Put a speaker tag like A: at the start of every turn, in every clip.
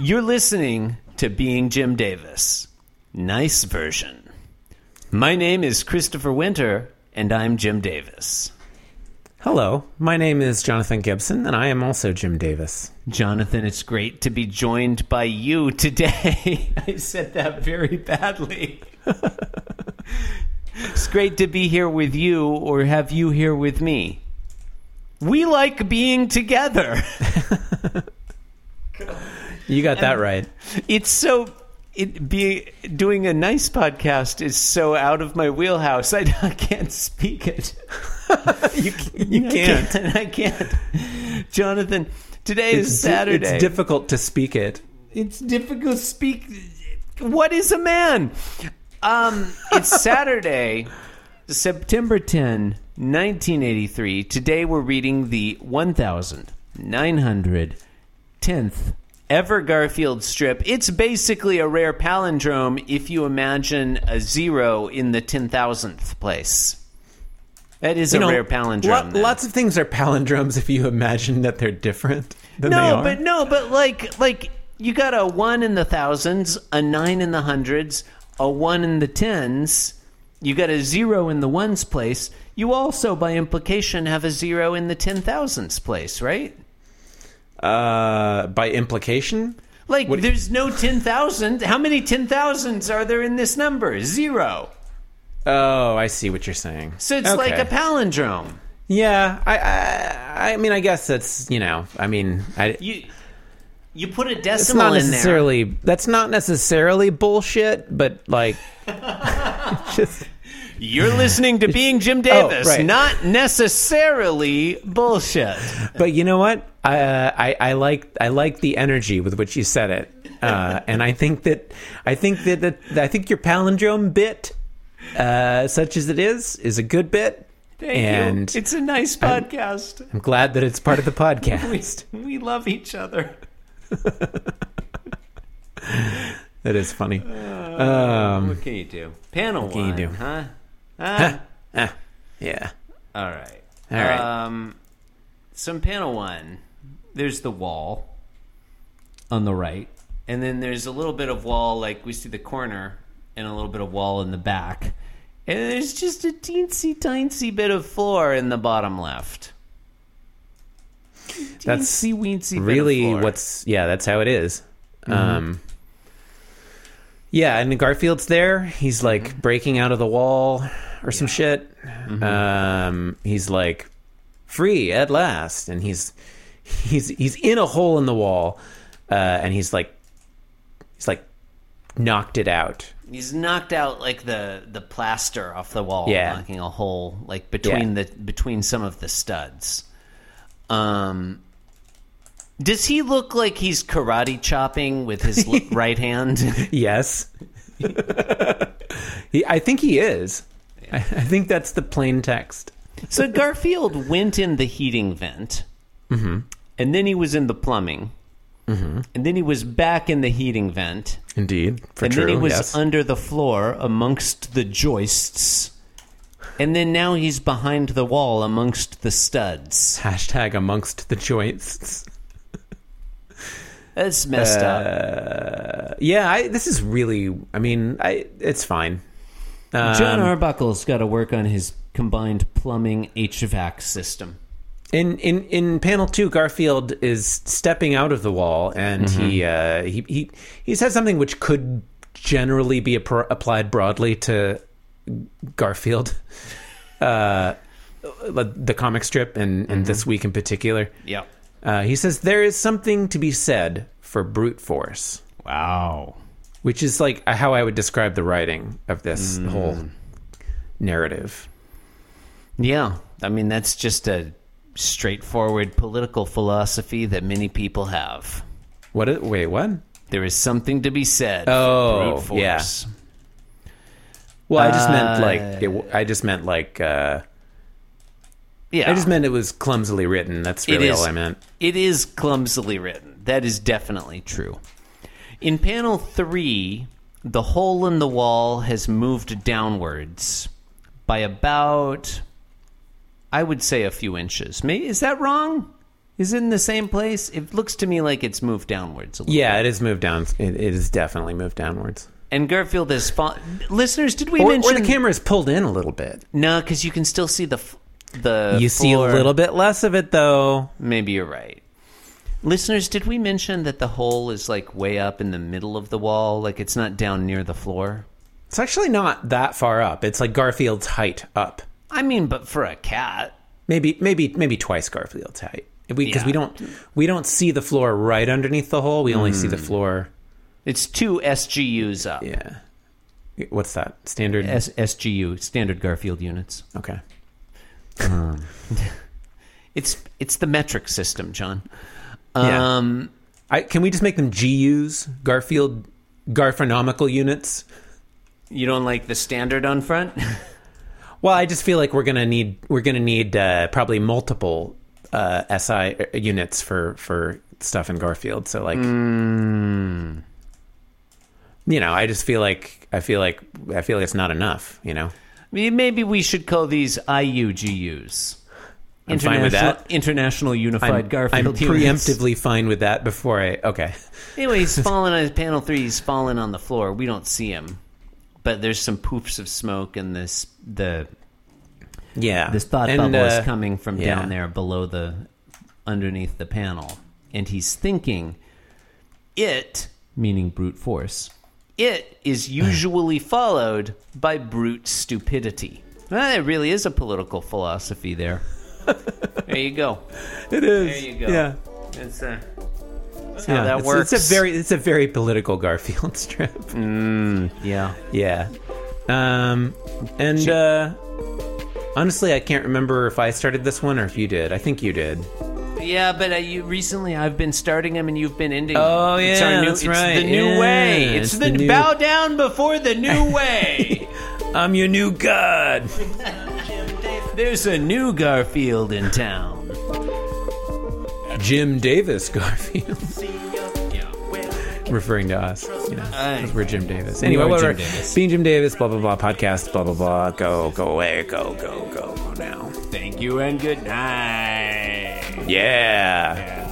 A: You're listening to Being Jim Davis. Nice version. My name is Christopher Winter, and I'm Jim Davis.
B: Hello, my name is Jonathan Gibson, and I am also Jim Davis.
A: Jonathan, it's great to be joined by you today. I said that very badly. it's great to be here with you or have you here with me. We like being together.
B: You got that right.
A: It's so it be doing a nice podcast is so out of my wheelhouse. I, I can't speak it.
B: You, you can't.
A: I can't. Jonathan, today is
B: di-
A: Saturday.
B: It's difficult to speak it.
A: It's difficult to speak. What is a man? Um, it's Saturday, September 10, 1983. Today we're reading the 1910th ever Garfield strip. It's basically a rare palindrome if you imagine a zero in the 10,000th place. That is a
B: know,
A: rare palindrome.
B: lo-
A: then.
B: lots of things are palindromes if you imagine that they're different than they
A: No,
B: are.
A: but no, but like like you got a one in the thousands, a nine in the hundreds, a one in the tens. You got a zero in the ones place. You also, by implication, have a zero in the ten thousands place, right?
B: uh, by implication,
A: Like, there's no ten thousand. How many ten thousands are there in this number? Zero.
B: oh, I see what you're saying.
A: So it's like
B: Okay.
A: a palindrome.
B: yeah. I, I, I mean, I guess that's you know, I mean, I,
A: You you put a
B: it's
A: decimal
B: not
A: in there.
B: necessarily that's not necessarily bullshit, but like, just
A: You're listening to Being Jim Davis,
B: Oh, right.
A: not necessarily bullshit.
B: But you know what? I, uh, I I like I like the energy with which you said it, uh, and I think that I think that, that I think your palindrome bit, uh, such as it is, is a good bit.
A: Thank
B: and
A: you. It's a nice podcast.
B: I'm glad that it's part of the
A: we,
B: podcast.
A: we love each other.
B: that is funny.
A: what can you do? Panel what
B: can you
A: one,
B: do?
A: huh? Huh?
B: Yeah.
A: All right.
B: All right.
A: Um, some panel one. There's the wall on the right, and then there's a little bit of wall, like we see the corner, and a little bit of wall in the back, and there's just a teensy tiny bit of floor in the bottom left.
B: That's
A: teensy weensy. bit of
B: really
A: floor.
B: what's yeah that's how it is. um yeah and garfield's there he's like breaking out of the wall or some shit um he's like free at last and he's he's he's in a hole in the wall uh and he's like he's like knocked it out
A: He's knocked out like the the plaster off the wall,
B: Yeah.
A: knocking a hole like between the between some of the studs. Um, does he look like he's karate chopping with his l- right hand?
B: yes he, i think he is I, I think that's the plain text
A: so Garfield went in the heating vent, and then he was in the plumbing, and then he was back in the heating vent,
B: indeed for
A: and
B: true
A: then he was
B: yes.
A: under the floor amongst the joists, and then now he's behind the wall amongst the studs.
B: Hashtag amongst the joints.
A: That's messed up.
B: Yeah, I, this is really. I mean, I it's fine. Uh,
A: John
B: um,
A: Arbuckle's got to work on his combined plumbing HVAC system.
B: In in in panel two, Garfield is stepping out of the wall, and he uh, he he he says something which could generally be appro applied broadly to Garfield, uh, the comic strip, and and this week in particular.
A: Yeah.
B: Uh, he says there is something to be said for brute force.
A: Wow.
B: which is like how I would describe the writing of this
A: Mm.
B: whole narrative.
A: Yeah. I mean, that's just a straightforward political philosophy that many people have.
B: What? i- Wait, what?
A: There is something to be said.
B: Oh,
A: for brute
B: yeah.
A: force.
B: Well, I just
A: Uh,
B: meant like it, w- I just meant like uh,
A: Yeah.
B: I just meant it was clumsily written. That's really
A: is.
B: all I meant.
A: It is clumsily written. That is definitely true. In panel three, the hole in the wall has moved downwards by about, I would say, a few inches. May is that wrong? is it in the same place? It looks to me like it's moved downwards a little.
B: Yeah, it is moved down. It, it is definitely moved downwards.
A: And Garfield has fallen. Listeners, did we
B: Or, or
A: mention
B: the camera is pulled in a little bit.
A: No, because you can still see the f- the.
B: You see a
A: floor.
B: little bit less of it though.
A: Maybe you're right. Listeners, did we mention that the hole is like way up in the middle of the wall? Like it's not down near the floor.
B: It's actually not that far up. It's like Garfield's height up.
A: I mean, but for a cat,
B: Maybe maybe maybe twice Garfield's height. Because we, 'cause
A: Yeah.
B: we don't we don't see the floor right underneath the hole. We only see
A: Hmm.
B: the floor.
A: it's two SGUs up.
B: Yeah. What's that standard?
A: S- SGU, standard Garfield units.
B: okay.
A: It's it's the metric system, John.
B: Yeah.
A: Um,
B: I, can we just make them GUs? Garfield Garfonomical units.
A: you don't like the standard on front?
B: Well, I just feel like we're gonna need we're gonna need uh, probably multiple uh, SI units for for stuff in Garfield. So like,
A: Hmm.
B: you know, I just feel like I feel like I feel like it's not enough. You know,
A: I mean, Maybe we should call these IUGUs.
B: I'm fine with
A: International-
B: that.
A: International Unified
B: I'm,
A: Garfield
B: I'm
A: units.
B: preemptively fine with that. Before I okay,
A: Anyway, he's fallen on his panel three. He's fallen on the floor. We don't see him, but there's some poofs of smoke, and this the
B: yeah,
A: this thought
B: And,
A: bubble
B: uh,
A: is coming from
B: yeah.
A: down there below the underneath the panel, and he's thinking, it meaning brute force. It is usually followed by brute stupidity. Well, it really is a political philosophy there. there you go.
B: It is.
A: There you go.
B: Yeah,
A: It's, uh, that's
B: yeah.
A: how that
B: it's,
A: works. Mm.
B: It's a very it's a very political Garfield strip.
A: yeah.
B: Yeah. Um, and uh, honestly, I can't remember if I started this one or if you did. I think you did.
A: Yeah, but uh, you, recently I've been starting them and you've been ending.
B: Oh,
A: them. it's our
B: yeah,
A: new,
B: that's
A: it's
B: right.
A: The new
B: Yeah,
A: way. It's,
B: it's
A: the,
B: the new-
A: bow down before the new way.
B: I'm your new god.
A: There's a new Garfield in town.
B: Jim Davis Garfield. Referring to us, you know, 'cause we're Jim Davis. Anyway,
A: are
B: whatever.
A: Jim Davis.
B: Being Jim Davis, blah blah blah. Podcast, blah blah blah. Go, go away, go, go, go, go now.
A: Thank you and good night.
B: Yeah.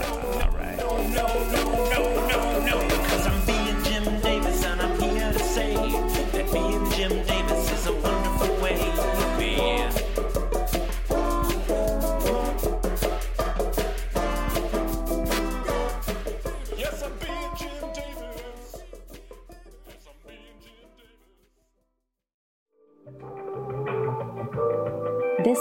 C: Cause I'm being Jim Davis and I'm here to say that being Jim Davis is a wonderful way to be. Yes, I'm being Jim Davis. Yes, I'm being Jim Davis.
D: This